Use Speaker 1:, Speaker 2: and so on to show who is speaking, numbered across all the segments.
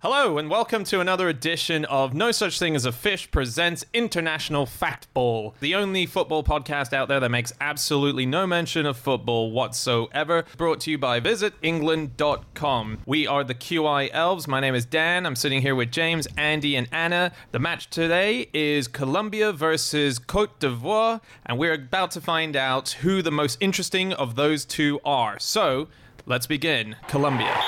Speaker 1: Hello, and welcome to another edition of No Such Thing as a Fish presents International Fact Ball, the only football podcast out there that makes absolutely no mention of football whatsoever. Brought to you by visitengland.com. We are the QI Elves. My name is Dan. I'm sitting here with James, Andy, and Anna. The match today is Colombia versus Cote d'Ivoire, and we're about to find out who the most interesting of those two are. So, let's begin. Colombia.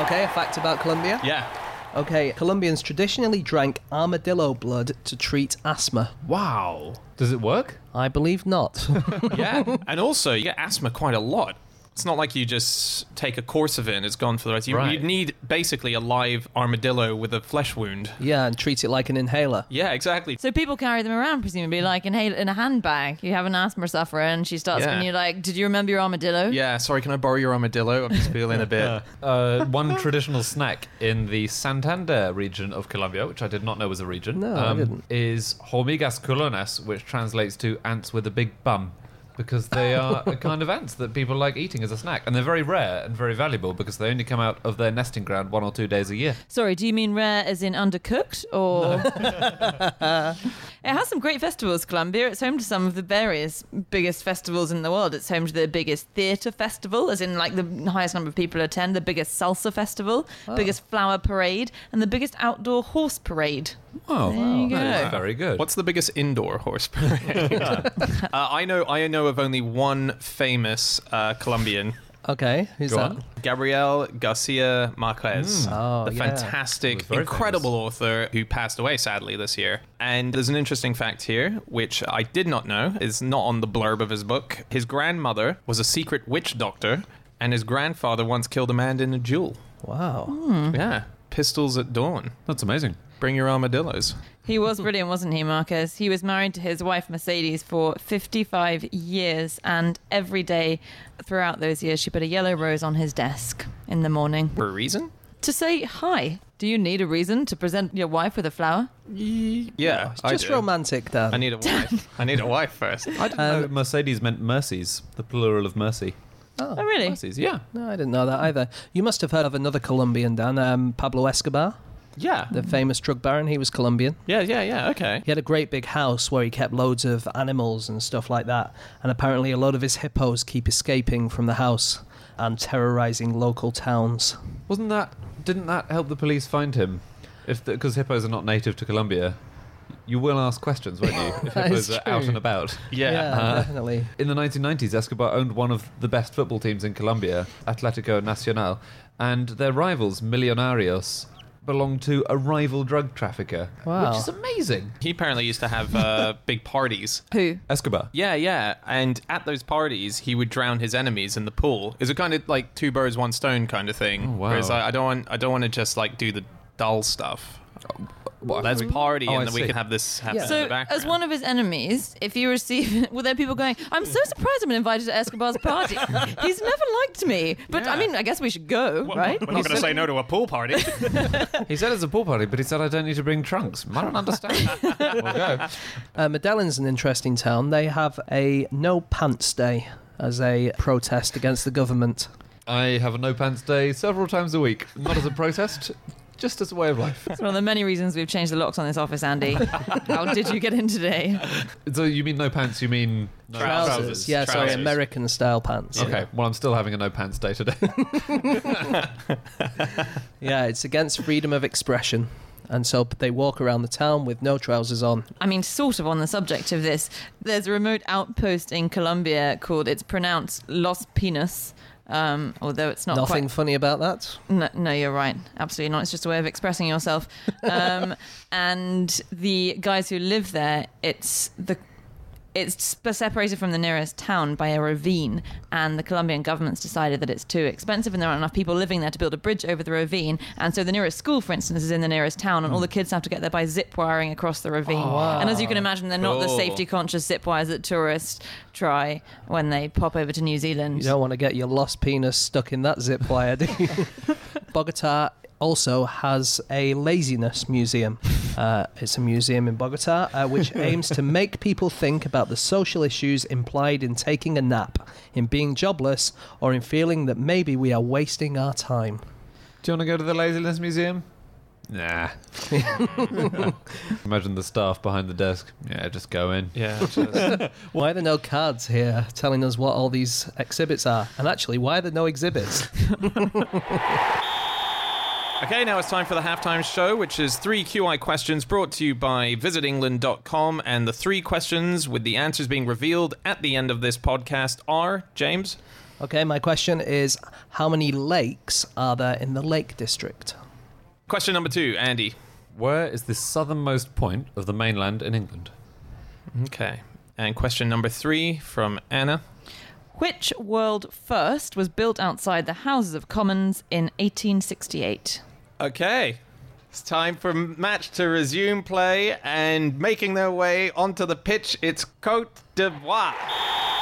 Speaker 2: Okay, a fact about Colombia.
Speaker 1: Yeah.
Speaker 2: Okay, Colombians traditionally drank armadillo blood to treat asthma.
Speaker 3: Wow. Does it work?
Speaker 2: I believe not.
Speaker 1: yeah, and also you get asthma quite a lot. It's not like you just take a course of it and it's gone for the rest. You,
Speaker 3: Right.
Speaker 1: you need basically a live armadillo with a flesh wound.
Speaker 2: yeah, and treat it like an inhaler.
Speaker 1: Yeah, exactly.
Speaker 4: So people carry them around,
Speaker 1: Mm.
Speaker 4: presumably, like in a, in a handbag. You have an asthma sufferer, and she starts,
Speaker 1: Yeah.
Speaker 4: and you're like, "Did you remember your armadillo?"
Speaker 1: Yeah, sorry, can I borrow your armadillo? I'm just feeling a bit.
Speaker 3: Uh, one traditional snack in the Santander region of Colombia, which I did not know was a region, um,
Speaker 2: No, I didn't.
Speaker 3: is hormigas culonas, which translates to ants with a big bum. Because they are a kind of ants that people like eating as a snack. And they're very rare and very valuable because they only come out of their nesting ground one or two days a year.
Speaker 4: Sorry, do you mean rare as in undercooked, or? it has some great festivals. Colombia. It's home to some of the various biggest festivals in the world. It's home to the biggest theatre festival, as in like the highest number of people attend. The biggest salsa festival,
Speaker 1: Oh.
Speaker 4: biggest flower parade, and the biggest outdoor horse parade.
Speaker 3: Oh,
Speaker 4: you
Speaker 3: that
Speaker 4: go.
Speaker 3: is very good.
Speaker 1: What's the biggest indoor horse parade? uh, I know, I know of only one famous uh, Colombian.
Speaker 2: Okay, who's
Speaker 3: Go
Speaker 2: that?
Speaker 3: on.
Speaker 1: Gabriel Garcia Marquez,
Speaker 2: Oh,
Speaker 1: the
Speaker 2: yeah.
Speaker 3: Hmm. He
Speaker 1: fantastic,
Speaker 3: was very
Speaker 1: incredible author who passed away sadly this year. And there's an interesting fact here, which I did not know, is not on the blurb of his book. His grandmother was a secret witch doctor, and his grandfather once killed a man in a duel.
Speaker 2: Wow.
Speaker 1: Hmm. Yeah, pistols at dawn.
Speaker 3: That's amazing.
Speaker 1: Bring your armadillos.
Speaker 4: He was brilliant, wasn't he, Marcus? He was married to his wife Mercedes for 55 years, and every day throughout those years, she put a yellow rose on his desk in the morning
Speaker 1: For a reason?
Speaker 4: to say hi. Do you need a reason to present your wife with a flower?
Speaker 1: Yeah,
Speaker 2: It's
Speaker 1: I
Speaker 2: just
Speaker 1: do.
Speaker 2: romantic, Dan.
Speaker 1: I need a wife. I need a wife first.
Speaker 3: I didn't
Speaker 2: Um,
Speaker 3: know Mercedes meant mercies, the plural of mercy.
Speaker 4: Oh, really?
Speaker 3: Mercies, yeah.
Speaker 2: no, I didn't know that either. You must have heard of another Colombian, Dan, um, Pablo Escobar,
Speaker 1: Yeah.
Speaker 2: the famous drug baron. He was Colombian.
Speaker 1: Yeah, yeah, yeah. Okay.
Speaker 2: He had a great big house where he kept loads of animals and stuff like that. And apparently, a lot of his hippos keep escaping from the house and terrorizing local towns.
Speaker 3: Wasn't that? Didn't that help the police find him? If because hippos are not native to Colombia, you will ask questions, won't you? If
Speaker 2: That
Speaker 3: hippos
Speaker 2: is
Speaker 3: are out
Speaker 2: true.
Speaker 3: and about.
Speaker 1: Yeah. Uh-huh.
Speaker 2: definitely.
Speaker 3: In the 1990s, Escobar owned one of the best football teams in Colombia, Atlético Nacional, and their rivals, Millonarios, belonged to a rival drug trafficker,
Speaker 2: Wow.
Speaker 3: which is amazing.
Speaker 1: He apparently used to have uh, big parties
Speaker 4: Who?
Speaker 3: Escobar.
Speaker 1: Yeah, yeah. And at those parties, he would drown his enemies in the pool. It's a kind of like two birds, one stone kind of thing.
Speaker 3: Oh, wow.
Speaker 1: Whereas I, I don't want, I don't want to just like do the dull stuff.
Speaker 3: What?
Speaker 1: Let's party,
Speaker 3: Oh, I
Speaker 1: and then we
Speaker 3: see.
Speaker 1: can have this happen in the
Speaker 4: So,
Speaker 1: background.
Speaker 4: as one of his enemies, if you receive, were there people going, I'm so surprised I'm invited to Escobar's party. He's never liked me. But I
Speaker 1: Yeah.
Speaker 4: mean, I guess we should go, right?
Speaker 1: We're not going to say no to a pool party.
Speaker 3: He said it's a pool party, but he said I don't need to bring trunks. I don't understand. we'll go.
Speaker 2: Uh, Medellin's an interesting town. They have a no pants day as a protest against the government.
Speaker 3: I have a no pants day several times a week, not as a protest, just as a way of life.
Speaker 4: It's one of the many reasons we've changed the locks on this office, Andy. How did you get in today?
Speaker 3: So you mean no pants? You mean no
Speaker 1: Trousers.
Speaker 2: Yeah,
Speaker 1: Trousers.
Speaker 2: sorry, American style pants.
Speaker 3: Okay. Well, I'm still having a no pants day today.
Speaker 2: Yeah, it's against freedom of expression. And so they walk around the town with no trousers on.
Speaker 4: I mean, sort of on the subject of this, there's a remote outpost in Colombia called, it's pronounced Los Pinos. Um, although it's not
Speaker 2: Nothing
Speaker 4: quite.
Speaker 2: funny about that.
Speaker 4: No, no, you're right. Absolutely not. It's just a way of expressing yourself. Um, and the guys who live there, it's the it's sp- separated from the nearest town by a ravine, and the Colombian government's decided that it's too expensive and there aren't enough people living there to build a bridge over the ravine. And so the nearest school, for instance, is in the nearest town, and all the kids have to get there by zip wiring across the ravine. And as you can imagine, they're not the
Speaker 1: Cool.
Speaker 4: safety conscious zip wires that tourists try when they pop over to New Zealand.
Speaker 2: You don't want to get your lost penis stuck in that zip wire, do you? Bogota also has a laziness museum. Uh, it's a museum in Bogota uh, which aims to make people think about the social issues implied in taking a nap, in being jobless, or in feeling that maybe we are wasting our time.
Speaker 3: Do you want to go to the Laziness Museum? Nah. Imagine the staff behind the desk. Yeah, just go in.
Speaker 1: Yeah, just-
Speaker 2: Why are there no cards here telling us what all these exhibits are? And actually, why are there no exhibits?
Speaker 1: Okay, now it's time for the halftime show, which is three QI questions brought to you by visitengland.com. And the three questions with the answers being revealed at the end of this podcast are James,
Speaker 2: Okay, my question is how many lakes are there in the Lake District?
Speaker 1: question number two, Andy.
Speaker 3: Where is the southernmost point of the mainland in England?
Speaker 1: Okay. And question number three from Anna.
Speaker 4: Which world first was built outside the Houses of Commons in 1868?
Speaker 1: Okay. It's time for match to resume play and making their way onto the pitch. It's Cote d'Ivoire.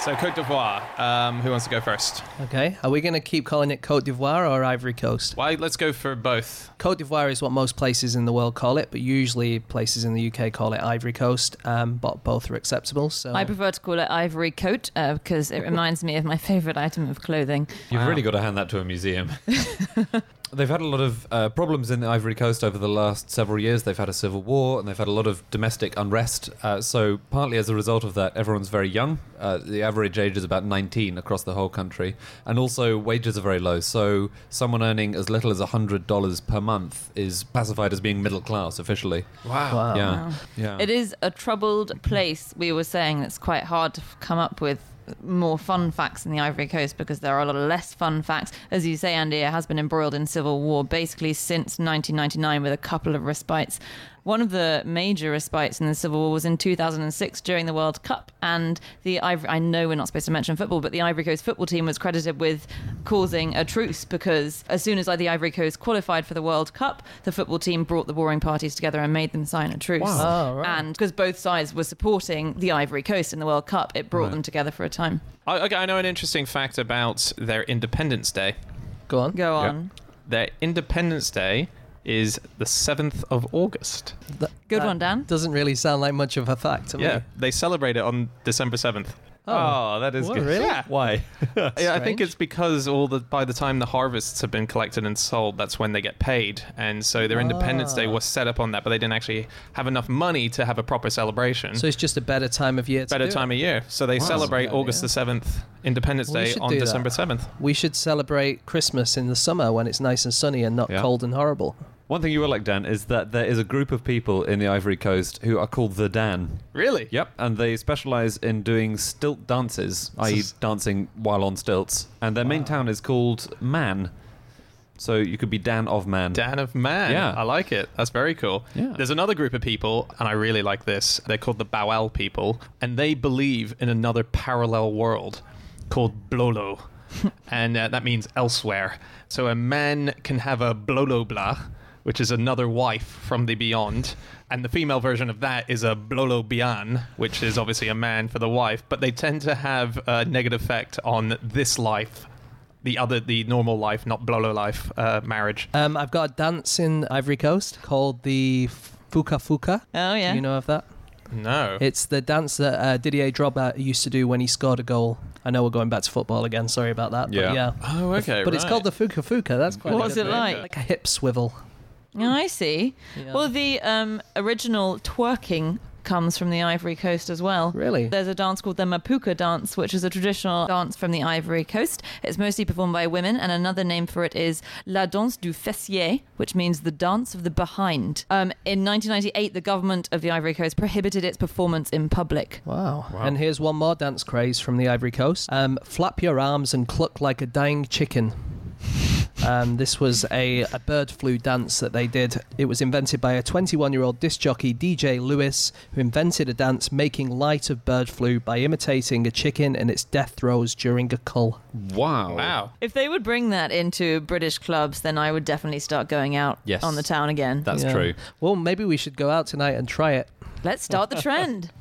Speaker 1: So, Cote d'Ivoire, um, who wants to go first?
Speaker 2: Okay, are we going to keep calling it Cote d'Ivoire or Ivory Coast?
Speaker 1: Why? Let's go for both.
Speaker 2: Cote d'Ivoire is what most places in the world call it, but usually places in the UK call it Ivory Coast, um, but both are acceptable. So
Speaker 4: I prefer to call it Ivory Coat uh, because it reminds me of my favourite item of clothing.
Speaker 3: You've
Speaker 1: Wow.
Speaker 3: really got to hand that to a museum. they've had a lot of uh, problems in the Ivory Coast over the last several years. They've had a civil war and they've had a lot of domestic unrest. Uh, so, partly as a result of that, everyone's very young. Uh, the average age is about 19 across the whole country. And also, wages are very low. So, someone earning as little as $100 per month is classified as being middle class officially.
Speaker 1: Wow.
Speaker 2: Wow.
Speaker 3: yeah. Yeah.
Speaker 4: It is a troubled place. We were saying it's quite hard to f- come up with more fun facts in the Ivory Coast because there are a lot of less fun facts. As you say, Andy, it has been embroiled in civil war basically since 1999 with a couple of respites. One of the major respites in the Civil War was in 2006 during the World Cup, and the Ivory, I know we're not supposed to mention football, but the Ivory Coast football team was credited with causing a truce because as soon as like, the Ivory Coast qualified for the World Cup, the football team brought the warring parties together and made them sign a truce.
Speaker 2: Wow. Oh, right.
Speaker 4: And because both sides were supporting the Ivory Coast in the World Cup, it brought them together for a time.
Speaker 1: I, okay, I know an interesting fact about their Independence Day.
Speaker 2: Go on.
Speaker 4: Go
Speaker 3: Yeah.
Speaker 4: on.
Speaker 1: Their Independence Day is the 7th of August.
Speaker 2: Th-
Speaker 4: Good
Speaker 2: that
Speaker 4: one, Dan.
Speaker 2: Doesn't really sound like much of a fact to
Speaker 1: Yeah, Mm-hmm.
Speaker 2: me.
Speaker 1: they celebrate it on December 7th.
Speaker 2: Oh.
Speaker 1: that is
Speaker 2: Whoa,
Speaker 1: good.
Speaker 2: really?
Speaker 1: Yeah. Why? yeah, I
Speaker 2: Strange.
Speaker 1: think it's because all the by the time the harvests have been collected and sold, that's when they get paid. And so their Independence Day
Speaker 2: Ah.
Speaker 1: was set up on that, but they didn't actually have enough money to have a proper celebration.
Speaker 2: So it's just a better time of year to
Speaker 1: Better
Speaker 2: do it.
Speaker 1: time of year. So they
Speaker 2: Wow.
Speaker 1: celebrate
Speaker 2: Good
Speaker 1: August
Speaker 2: idea.
Speaker 1: the 7th, Independence
Speaker 2: Well, we
Speaker 1: Day
Speaker 2: should
Speaker 1: on
Speaker 2: do that.
Speaker 1: December 7th.
Speaker 2: We should celebrate Christmas in the summer when it's nice and sunny and not
Speaker 3: Yeah.
Speaker 2: cold and horrible.
Speaker 3: One thing you will like, Dan, is that there is a group of people in the Ivory Coast who are called the Dan.
Speaker 1: Really?
Speaker 3: Yep, and they specialize in doing stilt dances, i.e.,
Speaker 1: is-
Speaker 3: dancing while on stilts. And their main town is called Man. So you could be Dan of Man.
Speaker 1: Dan of Man.
Speaker 3: Yeah.
Speaker 1: I like it. That's very cool.
Speaker 3: Yeah.
Speaker 1: There's another group of people, and I really like this. They're called the Bawel people, and they believe in another parallel world called Blolo. and uh, that means elsewhere. So a man can have a Blolo blah, which is another wife from the beyond. And the female version of that is a Blolo Bian, which is obviously a man for the wife, but they tend to have a negative effect on this life. The other, the normal life, not blolo life, uh, marriage.
Speaker 2: Um, I've got a dance in Ivory Coast called the Fuka Fuka.
Speaker 4: Oh, yeah.
Speaker 2: Do you know of that?
Speaker 1: No.
Speaker 2: It's the dance that uh, Didier Drogba used to do when he scored a goal. I know we're going back to football again. Sorry about that. But yeah.
Speaker 3: Yeah.
Speaker 1: oh, okay.
Speaker 2: But it's called the Fuka Fuka. That's quite.
Speaker 4: What
Speaker 2: a
Speaker 4: was
Speaker 2: good
Speaker 4: it
Speaker 2: name.
Speaker 4: like?
Speaker 2: Like a hip swivel.
Speaker 4: Oh, I see.
Speaker 2: Yeah.
Speaker 4: Well, the um, original twerking comes from the Ivory Coast as well.
Speaker 2: Really?
Speaker 4: There's a dance called the Mapuka dance, which is a traditional dance from the Ivory Coast. It's mostly performed by women, and another name for it is La Danse du Fessier, which means the dance of the behind. Um, in 1998, the government of the Ivory Coast prohibited its performance in public.
Speaker 2: Wow. And here's one more dance craze from the Ivory Coast. Um, flap your arms and cluck like a dying chicken. Um, this was a, a bird flu dance that they did. It was invented by a 21 year old disc jockey, DJ Lewis, who invented a dance making light of bird flu by imitating a chicken in its death throes during a cull.
Speaker 3: Wow.
Speaker 1: Wow.
Speaker 4: If they would bring that into British clubs, then I would definitely start going out
Speaker 3: Yes.
Speaker 4: on the town again.
Speaker 3: That's
Speaker 2: Yeah.
Speaker 3: true.
Speaker 2: Well, maybe we should go out tonight and try it.
Speaker 4: Let's start the trend.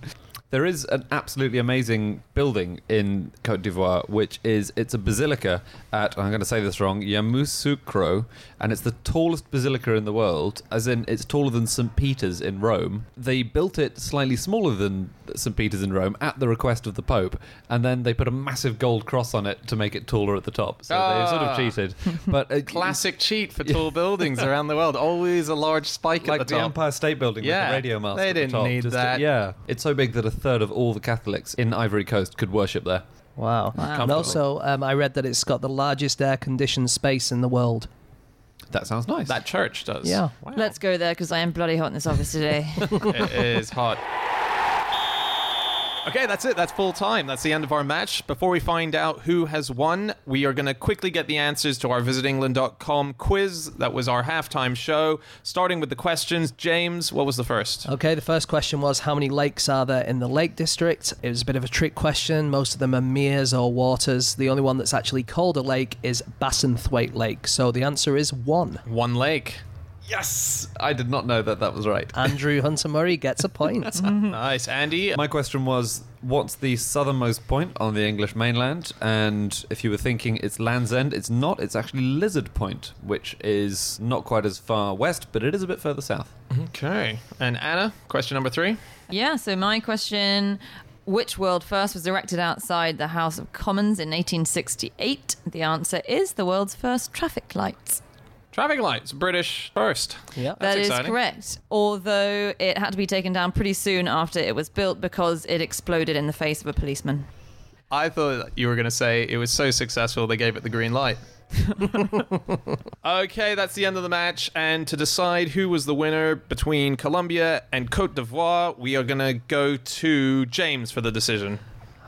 Speaker 3: There is an absolutely amazing building in Cote d'Ivoire, which is it's a basilica at I'm going to say this wrong Yamoussoukro, and it's the tallest basilica in the world, as in it's taller than St Peter's in Rome. They built it slightly smaller than St Peter's in Rome at the request of the Pope, and then they put a massive gold cross on it to make it taller at the top. So they sort
Speaker 1: Ah.
Speaker 3: of cheated, but it-
Speaker 1: Classic cheat for tall buildings around the world. Always a large spike
Speaker 3: like
Speaker 1: at
Speaker 3: the,
Speaker 1: the top.
Speaker 3: Empire State Building with
Speaker 1: Yeah,
Speaker 3: the radio mast.
Speaker 1: they
Speaker 3: at the
Speaker 1: didn't
Speaker 3: top,
Speaker 1: need
Speaker 3: just to-
Speaker 1: that.
Speaker 3: yeah, it's so big that a third of all the Catholics in Ivory Coast could worship there.
Speaker 2: Wow.
Speaker 4: Wow.
Speaker 2: And also, um, I read that it's got the largest air conditioned space in the world.
Speaker 3: That sounds nice.
Speaker 1: That church does.
Speaker 2: Yeah.
Speaker 1: Wow.
Speaker 4: Let's go there because I am bloody hot in this office today.
Speaker 1: it is hot. Okay, that's it. That's full time. That's the end of our match. Before we find out who has won, we are going to quickly get the answers to our visitengland.com quiz. That was our halftime show. Starting with the questions, James, what was the first?
Speaker 2: Okay, the first question was how many lakes are there in the Lake District? It was a bit of a trick question. Most of them are meres or waters. The only one that's actually called a lake is Bassenthwaite Lake. So the answer is one.
Speaker 1: One lake.
Speaker 3: yes, I did not know that that was right.
Speaker 2: Andrew Hunter Murray gets a point.
Speaker 1: Nice. Andy,
Speaker 2: Mm-hmm.
Speaker 3: My question was, what's the southernmost point on the English mainland? And if you were thinking it's Land's End, it's not. It's actually Lizard Point, which is not quite as far west, but it is a bit further south.
Speaker 1: Okay. And Anna, question number three.
Speaker 4: yeah, so my question Which world first was erected outside the House of Commons in 1868? The answer is the world's first traffic lights.
Speaker 1: Traffic lights, British first. That's
Speaker 2: Yep.
Speaker 4: That is
Speaker 1: exciting.
Speaker 4: correct. Although it had to be taken down pretty soon after it was built because it exploded in the face of a policeman.
Speaker 1: I thought you were going to say it was so successful they gave it the green light. okay, that's the end of the match. And to decide who was the winner between Colombia and Cote d'Ivoire, we are going to go to James for the decision.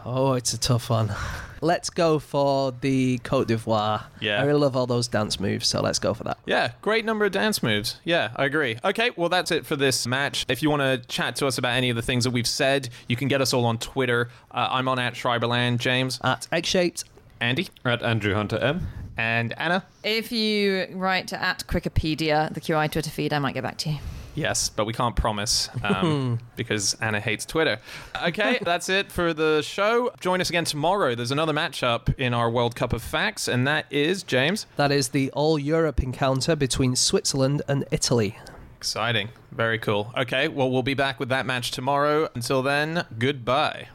Speaker 2: Oh, it's a tough one. Let's go for the Cote d'Ivoire.
Speaker 1: Yeah.
Speaker 2: I really love all those dance moves, so let's go for that.
Speaker 1: Yeah, great number of dance moves. Yeah, I agree. Okay, well, that's it for this match. If you want to chat to us about any of the things that we've said, you can get us all on Twitter. Uh, I'm on at Schreiberland, James,
Speaker 2: At egg shaped,
Speaker 1: Andy,
Speaker 3: At Andrew Hunter M.
Speaker 1: and Anna.
Speaker 4: If you write to at Quickipedia, the QI Twitter feed, I might get back to you.
Speaker 1: Yes, but we can't promise um, because Anna hates Twitter. Okay, that's it for the show. Join us again tomorrow. There's another matchup in our World Cup of Facts, and that is James.
Speaker 2: that is the all Europe encounter between Switzerland and Italy.
Speaker 1: Exciting. Very cool. Okay, well, we'll be back with that match tomorrow. Until then, goodbye.